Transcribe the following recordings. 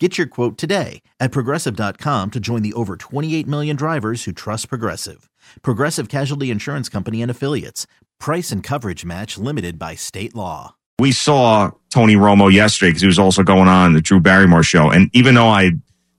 Get your quote today at progressive.com to join the over 28 million drivers who trust Progressive. Progressive Casualty Insurance Company and Affiliates. Price and coverage match limited by state law. we saw Tony Romo yesterday because he was also going on the Drew Barrymore show. And even though I,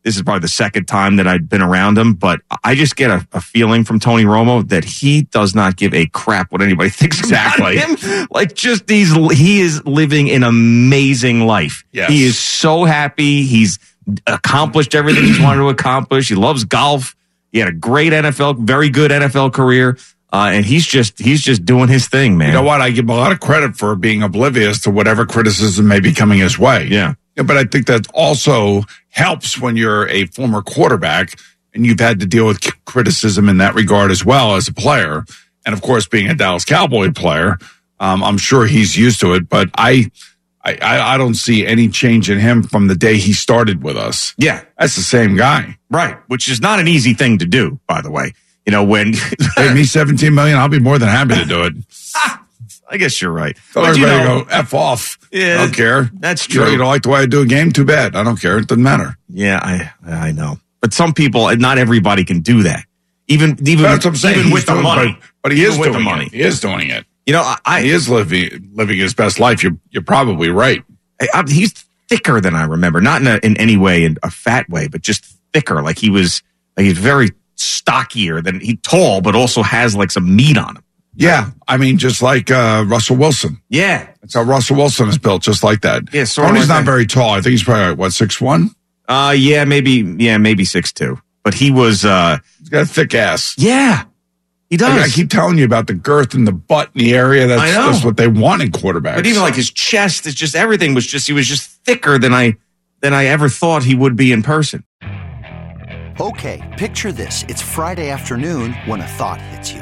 this is probably the second time that I'd been around him, but I just get a, a feeling from Tony Romo that he does not give a crap what anybody thinks Exactly. about him. Like just these, he is living an amazing life. Yes. He is so happy. He's accomplished everything he's wanted to accomplish. He loves golf. He had a great NFL, very good NFL career. Uh, and he's just, he's just doing his thing, man. You know what? I give him a lot of credit for being oblivious to whatever criticism may be coming his way. Yeah. Yeah, But I think that also helps when you're a former quarterback and you've had to deal with c- criticism in that regard as well as a player. And of course, being a Dallas Cowboy player, um, I'm sure he's used to it. But I, I- I, I don't see any change in him from the day he started with us. Yeah. That's the same guy. Right, which is not an easy thing to do, by the way. You know, when Pay me 17 million. I'll be more than happy to do it. I guess you're right. Tell But, you everybody know, to go F off. Yeah. I don't care. That's You know, true. you don't like the way I do a game? Too bad. I don't care. It doesn't matter. yeah, I I know. But some people, and not everybody can do that. Even even That's what I'm saying. even He's with the doing- money. But, but he Even is with doing the money. It. He is doing it. You know, I, I He is living living his best life. You're you're probably right. I, I, he's thicker than I remember. Not in a, in any way in a fat way, but just thicker. Like he was like he's very stockier than he tall, but also has like some meat on him. Yeah. I mean, just like uh, Russell Wilson. Yeah. That's how Russell Wilson is built, just like that. Yeah, sort of Tony's like not that. very tall. I think he's probably like, what six one. Uh yeah, maybe yeah, maybe six two. But he was uh He's got a thick ass. yeah. He does. I, I keep telling you about the girth and the butt in the area. That's, I know. that's what they want in quarterbacks. But even like his chest is just everything was just he was just thicker than I than I ever thought he would be in person. Okay, picture this. It's Friday afternoon when a thought hits you.